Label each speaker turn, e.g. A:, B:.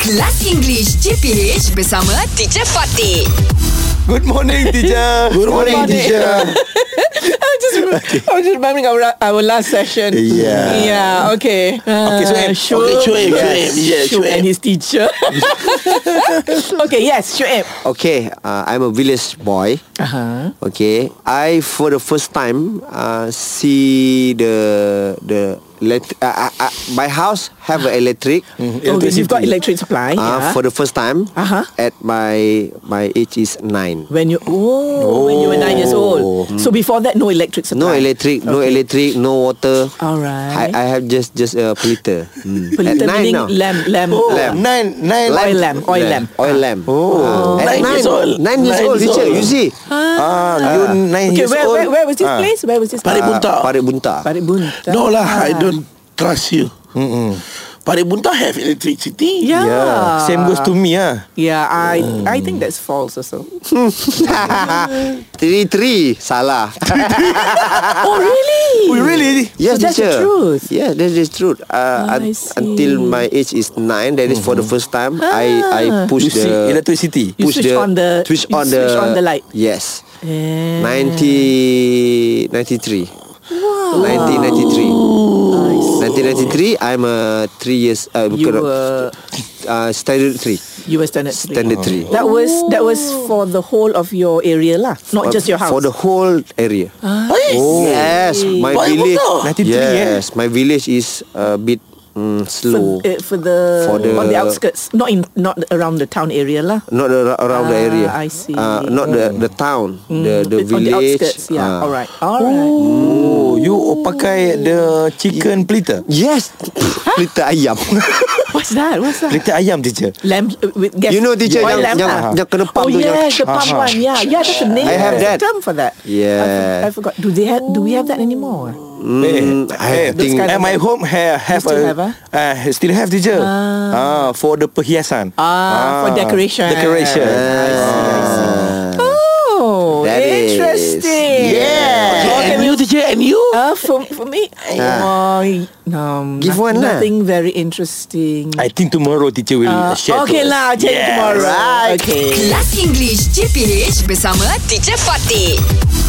A: Kelas English CPH bersama Teacher Fatih.
B: Good morning, teacher.
C: Good morning,
D: morning.
C: teacher.
D: I just, I was just remembering our, our last session.
C: Yeah.
D: Yeah, okay.
B: Okay, so
D: Uh,
B: Em-
D: Shuib.
C: okay, Shuib, Shuib, yeah,
D: Shuib
C: Shuib.
D: And his teacher. okay, yes, Shuib.
C: okay, uh, I'm a village boy.
D: Uh-huh.
C: Okay, I for the first time uh, see the the let uh, uh, uh, my house have a electric.
D: Oh, you've got electric supply.
C: Uh,
D: yeah.
C: For the first time
D: Uh-huh.
C: at my my age is nine.
D: when you oh, when you were nine years old. So before that, no electric supply.
C: No electric, no
D: Okay. Oh,
C: electric, no water.
D: Alright.
C: I, I have just just a politer.
D: Pelita
C: At nine
D: meaning
C: now.
D: lamp, lamp.
B: Oh,
C: Lamp.
B: nine, nine.
D: Oil lamp, oil lamp.
C: Oil lamp.
B: Oh.
C: Uh, at
B: Nine
C: nine,
B: years old.
C: Nine years
B: Nine
C: old,
B: years
C: teacher.
B: old.
C: You see.
B: Ah, you nine
D: Okay,
B: years
D: where,
B: old.
D: where, where was this
B: Ah.
D: place? Where was this
E: Parit
D: place?
E: Bunta.
C: Parit Bunta.
D: Parit Bunta.
E: No lah, I
D: Ah.
E: don't trust you. Mm-mm. Parit Bunta have electricity.
D: Yeah.
B: Yeah. Same goes to me, ah.
D: Yeah, I I think that's false also. Oh,
C: Three three salah.
D: oh really?
B: We really?
C: yes,
D: So that's the
C: teacher.
D: truth.
C: Yeah, that is truth. Uh,
D: Ah,
C: un-
D: I see. Mm-hmm. Ah.
C: until my age is nine, that is for the first time I I
B: You
C: push
B: see
C: the
B: electricity.
D: You
C: push
D: switch
C: the,
D: on the-
C: switch
D: you
C: on the
D: switch on the light.
C: Yes,
D: Yeah.
C: 90 93. Wow. 1993. 1993. I'm a three years. Uh,
D: You
C: correct,
D: were
C: uh, standard three.
D: you were standard three.
C: Standard three.
D: That was that was for the whole of your area lah, not just your house.
C: For the whole area.
E: Oh.
C: Yes, my
E: Baik
C: village.
E: betul.
B: 93,
C: yes, my village is a bit mm,
D: for,
C: slow.
D: eh, for the
C: For the-
D: on the outskirts, not in not around the town area lah.
C: not ar- around the
D: Ah,
C: area.
D: I see. Mm.
C: Uh, not the the town, the the
D: on the
C: village.
D: outskirts, yeah.
C: ah.
D: all right, all right.
B: Oh, you pakai the chicken pelita.
C: Yes, pelita ayam.
D: What's that? What's that?
B: Pelita ayam, teacher.
D: Lamp uh, with gas.
C: You know, teacher,
D: oil
C: yang-
D: lamp
C: yang-
D: lah.
C: yang kena pump
D: Oh
C: tu, yang-
D: yes, the pump
B: Ah.
D: one. Yeah, yeah, that's the name.
C: I have
D: There's a
C: that.
D: term for that. I for-
C: Yeah.
D: I forgot. Do they have? Do we have that anymore?
B: Mm,
C: I
B: I
C: think-
B: think at my home have, have
D: still
B: a,
D: have, ah?
B: uh, still have teacher. Ah, for the perhiasan.
D: Ah, for decoration. Ah.
B: Decoration.
C: Ah.
D: Oh,
C: That is-
D: interesting.
C: Yeah.
E: Okay,
D: Okay,
E: and
D: we-
E: you teacher and you?
D: Uh, for, for me, I, um,
C: Ah. Give one lah.
D: nothing very interesting.
B: I think tomorrow teacher will
D: Uh,
B: share. to
D: okay
B: us.
D: lah, I'll tell you
B: Yes.
D: tomorrow.
C: Right.
D: Okay.
A: Kelas English CPH bersama Teacher Fatih.